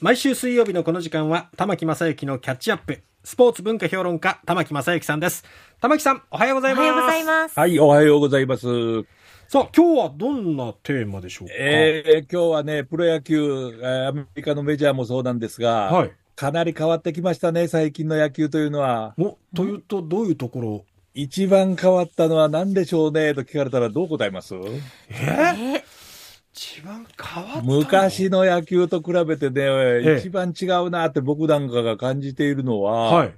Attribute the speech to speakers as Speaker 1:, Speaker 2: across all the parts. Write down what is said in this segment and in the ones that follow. Speaker 1: 毎週水曜日のこの時間は、玉木正幸のキャッチアップ、スポーツ文化評論家、玉木正幸さんです。玉木さん、おはようござい
Speaker 2: お
Speaker 1: ます。
Speaker 2: はようございます。
Speaker 3: はい、おはようございます。
Speaker 1: さあ、今日はどんなテーマでしょうか、
Speaker 3: えー、今日はね、プロ野球、えーアメリカのメジャーもそうなんですが、
Speaker 1: はい。
Speaker 3: かなり変わってきましたね、最近の野球というのは。
Speaker 1: お、というと、どういうところ
Speaker 3: 一番変わったのは何でしょうねと聞かれたらどう答えます
Speaker 1: え
Speaker 2: えー
Speaker 1: 一番変わったの
Speaker 3: 昔の野球と比べて
Speaker 1: ええ
Speaker 3: ね、一番違うなって僕なんかが感じているのは、
Speaker 1: はい。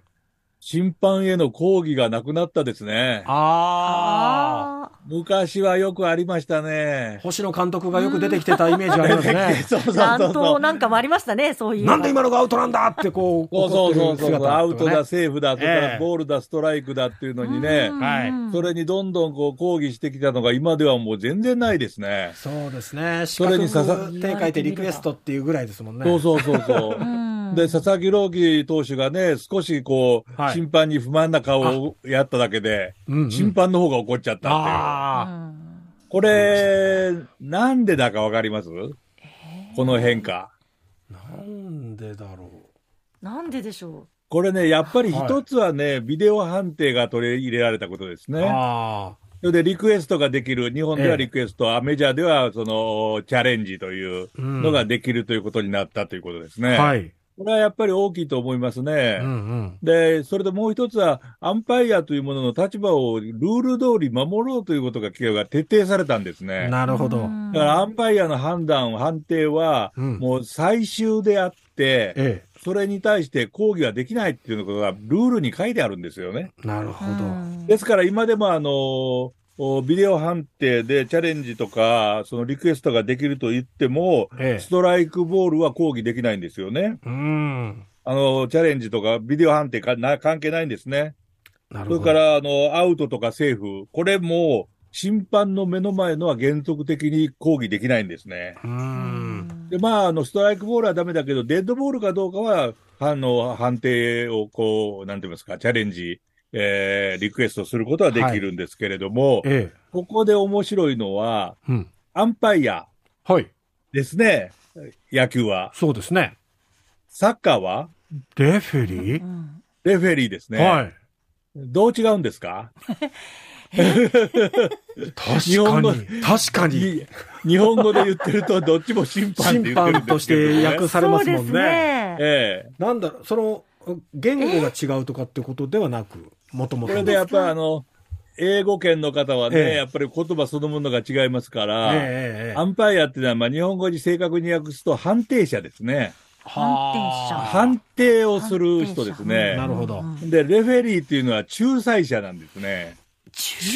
Speaker 3: 審判への抗議がなくなったですね。
Speaker 1: ああ。
Speaker 2: あ
Speaker 3: 昔はよくありましたね。。
Speaker 1: 星野監督がよく出てきてたイメージがありますね
Speaker 3: そうそ
Speaker 2: ー。
Speaker 3: うそう
Speaker 2: 乱
Speaker 3: そう
Speaker 2: 闘。なんかもありましたね、そういう。
Speaker 1: なんで今のがアウトなんだってこう、
Speaker 3: そうそうそうそう、アウトだ、
Speaker 1: だ。
Speaker 3: セーフだとか、
Speaker 1: ええ
Speaker 3: ボールだ、ストライクだっていうのにね
Speaker 2: うん、
Speaker 1: はい
Speaker 3: それにどんどんこう抗議してきたのが、今ではもう全然ないですね。
Speaker 1: そうですね。
Speaker 3: それに
Speaker 1: 四
Speaker 3: さ
Speaker 1: 角
Speaker 3: さ
Speaker 1: く手書いてリクエストっていうぐらいですもんね。
Speaker 3: そうそうそう そうう。
Speaker 2: ん
Speaker 3: で、佐々木朗希投手がね、少しこう、
Speaker 1: はい
Speaker 3: 審判に不満な顔をやっただけで、
Speaker 1: うんうん
Speaker 3: 審判の方が怒っちゃったっていう。
Speaker 1: あ
Speaker 2: うん
Speaker 3: これ、なんでだかわかりますこの変化。
Speaker 1: あ。なんでだろう。
Speaker 2: なんででしょ
Speaker 3: これね、やっぱり一つはね、ビデオ判定が取り入れられたことですね。
Speaker 1: あ
Speaker 3: それでリクエストができる、日本で
Speaker 1: ええ
Speaker 3: はリクエスト、アメジャーではそのチャレンジという
Speaker 1: うん
Speaker 3: のができるということになったということです
Speaker 1: あ。
Speaker 3: ね。
Speaker 1: はい。
Speaker 3: これはやっぱり大きいと思いますね。
Speaker 1: うんうん。
Speaker 3: で、それともう一つは、アンパイアというものの立場をルール通り守ろうということがが徹底されたんですね。
Speaker 1: な
Speaker 2: う。
Speaker 1: るほど。
Speaker 2: うん
Speaker 3: だからアンパイアの判断、判定は、
Speaker 1: うん
Speaker 3: もう最終であって、
Speaker 1: え
Speaker 3: それに対して抗議はできないっていうことがルールに書いてあるんですよね。
Speaker 1: え。なるほど。
Speaker 2: うん
Speaker 3: ですから今でもあの、おビデオ判定でチャレンジとか、そのリクエストができると言っても、
Speaker 1: え
Speaker 3: ストライクボールは抗議できないんですよね。
Speaker 1: え。うん。
Speaker 3: あの、チャレンジとか、ビデオ判定かな関係ないんですね。
Speaker 1: なる
Speaker 3: そ
Speaker 1: ほど。
Speaker 3: れから、あの、アウトとかセーフ、これも、審判の目の前のは原則的に抗議できないんですね。
Speaker 1: う。
Speaker 2: うんん
Speaker 3: で、まあ、あの、ストライクボールはダメだけど、デッドボールかどうかは、あの、判定を、こう、なんて言いますか、チャレンジ、えー、リクエストすることはできるんですけれども、
Speaker 1: ええ。
Speaker 3: ここで面白いのは、
Speaker 1: うん。
Speaker 3: アンパイア
Speaker 1: はい。
Speaker 3: ですね、野球は。
Speaker 1: そうですね。
Speaker 3: サッカーは
Speaker 1: レフェリ
Speaker 2: う
Speaker 1: ー、
Speaker 2: ん
Speaker 3: レフェリーですね。
Speaker 1: はい。
Speaker 3: どう違うんですか日
Speaker 1: 確
Speaker 3: 本
Speaker 1: か
Speaker 3: の
Speaker 1: に。確かに。
Speaker 3: に日本語で言ってると、どっちも審判って
Speaker 1: 審
Speaker 3: 言ってる
Speaker 1: 判
Speaker 3: んで
Speaker 1: と
Speaker 3: す
Speaker 1: し
Speaker 3: けど、ね。
Speaker 1: て訳されますもん
Speaker 2: そうです
Speaker 1: ね。
Speaker 2: ね。
Speaker 3: ええ
Speaker 1: なんだろう、その、言語が違うとかってことではなく、もとも。
Speaker 3: ことれでやっぱりあの、英語圏の方はね、
Speaker 1: ええ
Speaker 3: やっぱり言葉そのものが違いますから、
Speaker 1: ええええ
Speaker 3: アンパイアっていうのは、まあ、日本語に正確に訳すと判定者ですね。
Speaker 2: あー
Speaker 3: 判定をする人ですね。
Speaker 1: なるほど
Speaker 2: うん
Speaker 3: で、レフェリーっていうのは仲裁者なんですね。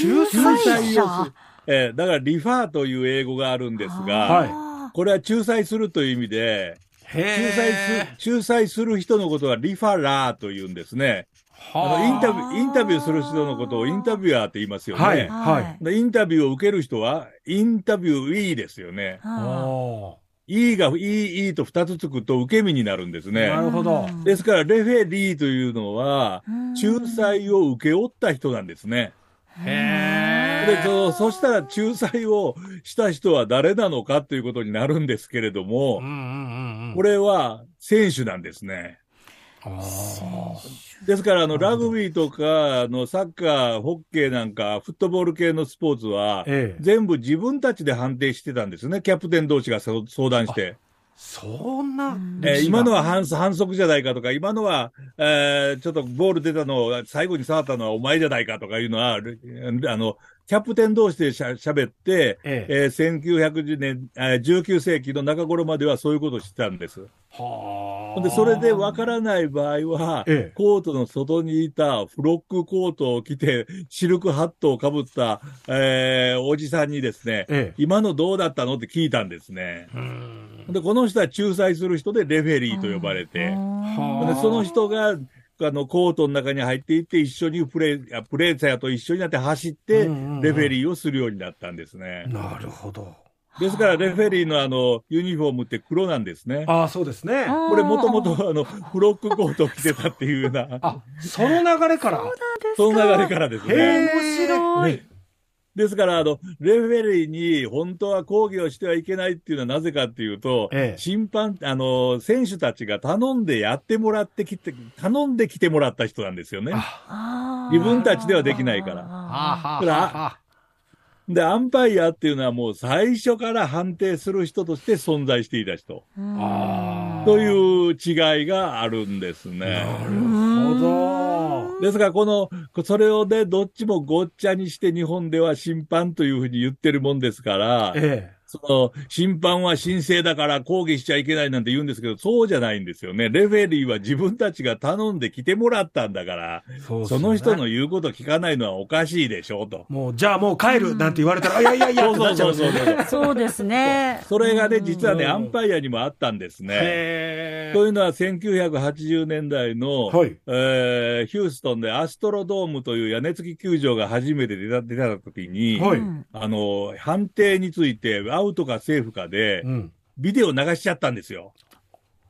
Speaker 2: 仲
Speaker 3: 仲
Speaker 2: 裁
Speaker 3: 裁
Speaker 2: 者
Speaker 3: をする。ええだからリファーという英語があるんですが、
Speaker 1: はい
Speaker 2: あ
Speaker 3: これは仲裁するという意味で、仲
Speaker 1: へ
Speaker 3: 裁
Speaker 1: え
Speaker 3: す仲裁する人のことはリファラーというんですね。
Speaker 1: は
Speaker 3: あ
Speaker 1: あ
Speaker 3: のインタビュー、インタビューする人のことをインタビュアーって言いますよね。
Speaker 1: はい
Speaker 2: ー
Speaker 1: はい
Speaker 3: でインタビューを受ける人は、インタビューイーですよね。
Speaker 2: は
Speaker 1: あ
Speaker 3: E が E、E と2つつくと受け身になるんです
Speaker 1: あ
Speaker 3: ね
Speaker 1: な。るほど。
Speaker 3: ですから、レフェリーというのは、仲裁を請け負った人なんですね。
Speaker 1: へ
Speaker 3: で、そそしたら仲裁をした人は誰なのかということになるんですけれど
Speaker 1: うんう
Speaker 3: も、
Speaker 1: んうんうん
Speaker 3: これは選手なんですね。
Speaker 1: あ
Speaker 3: ですから、あの、ラグビーとか、あの、サッカー、ホッケーなんか、フットボール系のスポーツは、
Speaker 1: ええ
Speaker 3: 全部自分たちで判定してたんですね。キャプテン同士がそ相談して。
Speaker 1: そんな
Speaker 2: うん
Speaker 3: え
Speaker 1: 歴
Speaker 3: ー
Speaker 1: 史が
Speaker 3: 今のは反反則じゃないかとか、今のは、えーちょっとボール出たのを、最後に触ったのはお前じゃないかとかいうのは、あの、キャプテン同士でしゃ喋って、
Speaker 1: ええ
Speaker 3: えー1910年、えー19世紀の中頃まではそういうことをしてたんです。
Speaker 1: はあ
Speaker 3: で、それでわからない場合は、
Speaker 1: ええ
Speaker 3: コートの外にいたフロックコートを着て、シルクハットをかぶった、えーおじさんにですね、
Speaker 1: ええ
Speaker 3: 今のどうだったのって聞いたんですね。
Speaker 1: うん
Speaker 3: で、この人は仲裁する人でレフェリーと呼ばれて、
Speaker 1: はあ
Speaker 3: でその人が、あの、コートの中に入っていって、一緒にプレイ、あプレイヤーと一緒になって走って、レ
Speaker 1: う
Speaker 3: フ
Speaker 1: んうんうん
Speaker 3: ェリーをするようになったんですね。
Speaker 1: なるほど。
Speaker 3: ですから、レフェリーのあの、ユニフォームって黒なんですね。
Speaker 1: ああ、そうですね。
Speaker 3: これもとも
Speaker 2: あー
Speaker 3: とあの、フロックコートを着てたっていうような、
Speaker 1: あ、その流れから。
Speaker 3: その流れからです
Speaker 1: へ
Speaker 3: ね。
Speaker 1: え
Speaker 2: 面白い。
Speaker 3: ねですから、あの、レフェリーに本当は抗議をしてはいけないっていうのはなぜかっていうと、
Speaker 1: ええ
Speaker 3: 審判、あの、選手たちが頼んでやってもらってきて、頼んできてもらった人なんですよね。
Speaker 2: あー
Speaker 3: 自分たちではできないから
Speaker 2: あ
Speaker 3: あはで、アンパイアっていうのはもう最初から判定する人として存在していた人。
Speaker 2: ーうん
Speaker 1: あー
Speaker 3: という違いがあるんですね。
Speaker 1: なるほど。
Speaker 3: ですから、この、それをね、どっちもごっちゃにして日本では審判というふうに言ってるもんですから、
Speaker 1: え
Speaker 3: その、審判は神聖だから抗議しちゃいけないなんて言うんですけど、そうじゃないんですよね。レフェリーは自分たちが頼んで来てもらったんだから、
Speaker 1: え。そ
Speaker 3: その人の。言うこと聞かないのはおかしいでしょうと。
Speaker 1: もう、じゃあもう帰るなんて言われたら、あいやいやいや
Speaker 3: そ
Speaker 1: っ
Speaker 3: う
Speaker 1: て
Speaker 3: そ
Speaker 1: なっ
Speaker 3: う
Speaker 1: ちゃ
Speaker 3: そううん
Speaker 1: です
Speaker 3: そ
Speaker 1: よね。。
Speaker 2: そ
Speaker 3: う
Speaker 2: うですね。
Speaker 3: それがね、
Speaker 2: うん
Speaker 3: 実はね、
Speaker 1: うん
Speaker 3: アンパイアにもあったんですね。
Speaker 1: へえ。
Speaker 3: というのは1980年代の、
Speaker 1: はい。
Speaker 3: えーヒューストンでアストロドームという屋根付き球場が初めて出た出た時に、
Speaker 1: はい
Speaker 2: うん
Speaker 3: あの、判定についてアウトかセーフかで、
Speaker 1: うん。
Speaker 3: ビデオ流しちゃったんですよ。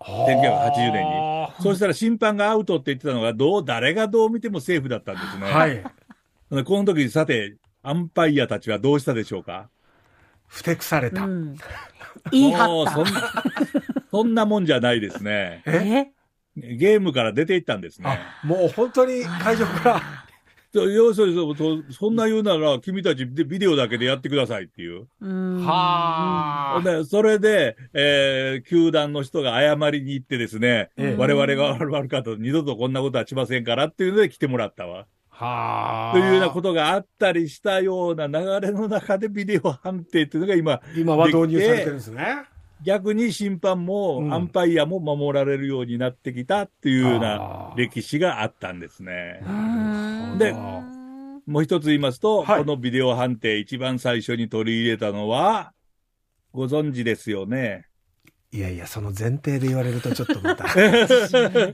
Speaker 3: 1980年に
Speaker 1: は
Speaker 3: そしたら審判がアウトって言ってたのが、どう、誰がどう見てもセーフだったんですね。
Speaker 1: い。
Speaker 3: でこの時にさて、アンパイアたちはどうしたでしょうか
Speaker 1: ふてくされた。
Speaker 2: うん言い張
Speaker 3: もう
Speaker 2: った
Speaker 3: そん。な、そんなもんじゃないですね。
Speaker 1: え
Speaker 2: え
Speaker 3: ゲームから出ていったんですね。
Speaker 1: あ、もう本当に会場から。
Speaker 3: そう要するにそうそう、そんな言うなら、君たちでビデオだけでやってくださいっていう。
Speaker 2: うん
Speaker 1: はあ。
Speaker 3: で、それで、えー球団の人が謝りに行ってですね、
Speaker 1: ええ
Speaker 3: 我々が悪かった、二度とこんなことはしませんからっていうので来てもらったわ。
Speaker 1: はあ。
Speaker 3: というようなことがあったりしたような流れの中でビデオ判定っていうのが今、
Speaker 1: 今は導入されてるんですね。
Speaker 3: 逆に審判も、
Speaker 1: うん
Speaker 3: アンパイアも守られるようになってきたっていうような
Speaker 1: あー
Speaker 3: 歴史があったんですね。
Speaker 2: うん
Speaker 3: で
Speaker 2: うん
Speaker 3: もう一つ言いますと、
Speaker 1: はい
Speaker 3: このビデオ判定一番最初に取り入れたのは、ご存知ですよね。
Speaker 1: いやいや、その前提で言われるとちょっと また。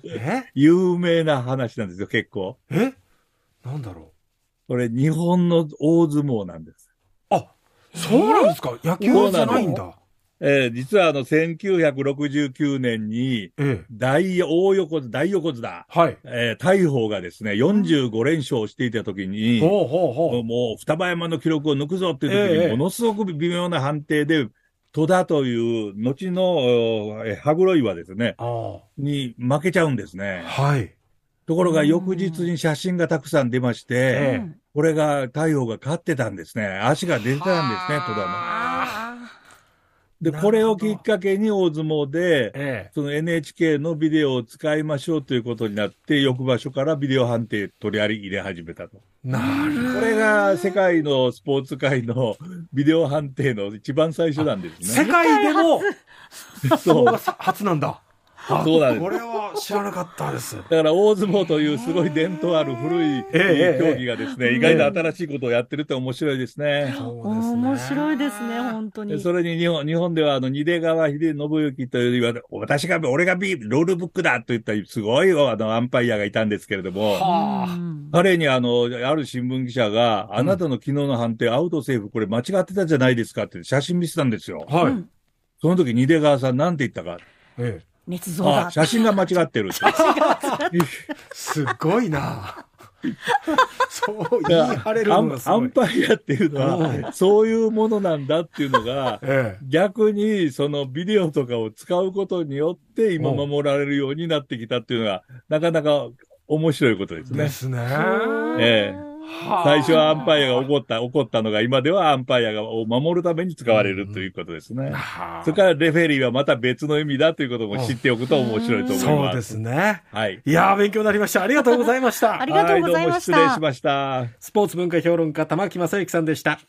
Speaker 1: え
Speaker 3: 有名な話なんですよ、結構。
Speaker 1: えなんだろ
Speaker 3: これ、日本の大相撲なんです。
Speaker 1: う。あ、そうなんですか野球じゃないんだ。
Speaker 3: えー実はあの、1969年に、
Speaker 1: ええ。
Speaker 3: 大、大横綱、大横綱、
Speaker 1: はい。
Speaker 3: えー大鵬がですね、45連勝していた時に、
Speaker 1: ほうほうほう。
Speaker 3: もう、双葉山の記録を抜くぞっていう時
Speaker 1: え
Speaker 3: に、
Speaker 1: え
Speaker 3: ものすごく微妙な判定で、戸田という、後の、えー羽黒岩ですね、
Speaker 1: あ
Speaker 3: に負けちゃうんです
Speaker 1: あ。
Speaker 3: ね。
Speaker 1: はい。
Speaker 3: ところが翌日に写真がたくさん出まして、
Speaker 1: え
Speaker 3: これが太陽が勝ってたんですね。足が出てたんですね、戸田の。
Speaker 2: あ
Speaker 3: で、
Speaker 1: なるほど
Speaker 3: これをきっかけに大相撲で、
Speaker 1: え
Speaker 3: その NHK のビデオを使いましょうということになって、翌場所からビデオ判定取り入れ始めたと。
Speaker 1: え。なる
Speaker 3: これが世界のスポーツ界のビデオ判定の一番最初なんです
Speaker 1: 世
Speaker 3: ね。
Speaker 1: 界でも、相撲
Speaker 3: そう
Speaker 1: が。さ初なんだ。あ
Speaker 3: そうなんです
Speaker 1: これは知らなかったです。
Speaker 3: だから大相撲というすごい伝統ある古い
Speaker 1: ええええ
Speaker 3: 競技がですね、意外と新しいことをやってるって面白いです
Speaker 2: ー
Speaker 3: ね。
Speaker 1: そうですね
Speaker 2: 面白いですね、本当
Speaker 3: で
Speaker 2: に。
Speaker 3: それに日本日本では、あの、二出川秀信之というよりは、私が、俺が B、ロールブックだと言った、すごい、あの、アンパイアがいたんですけれども、
Speaker 1: はあ。
Speaker 3: 彼にあの、ある新聞記者が、あなたの昨日の判定、アウトセーフ、これ間違ってたじゃないですかって写真見せたんですよ。
Speaker 1: はい。
Speaker 3: その時、二出川さんなんて言ったか。
Speaker 1: ええ。
Speaker 2: 熱造
Speaker 3: あ
Speaker 2: だ。
Speaker 3: 写真が間違って るって。
Speaker 1: すごい な。そう
Speaker 3: だ
Speaker 1: 言い
Speaker 3: か
Speaker 1: 張
Speaker 3: ら
Speaker 1: れる
Speaker 3: ア
Speaker 1: の
Speaker 3: ン
Speaker 1: がす
Speaker 3: ア
Speaker 1: ご
Speaker 3: ン
Speaker 1: い。
Speaker 3: パイアっていうの
Speaker 1: う
Speaker 3: は、そういうものなんだっていうのが、
Speaker 1: ええ。
Speaker 3: 逆に、そのビデオとかを使うことによって、今
Speaker 1: うん
Speaker 3: 守られるようになってきたっていうのは、なかなか面白いことです
Speaker 1: で
Speaker 3: ね。
Speaker 1: すね。
Speaker 3: ええ最初はアンパイアが怒った、怒ったのが、今ではアンパイアがを守るために使われるということですね。
Speaker 1: はあ
Speaker 3: それからレフェリーはまた別の意味だということも知っておくと面白いと思います。
Speaker 1: そうですね。
Speaker 3: はい。
Speaker 1: いやー、勉強になりました。ありがとうございました
Speaker 2: あり。がとうございました
Speaker 3: はどうも失礼しました。
Speaker 1: スポーツ文化評論家、玉木正幸さんでした。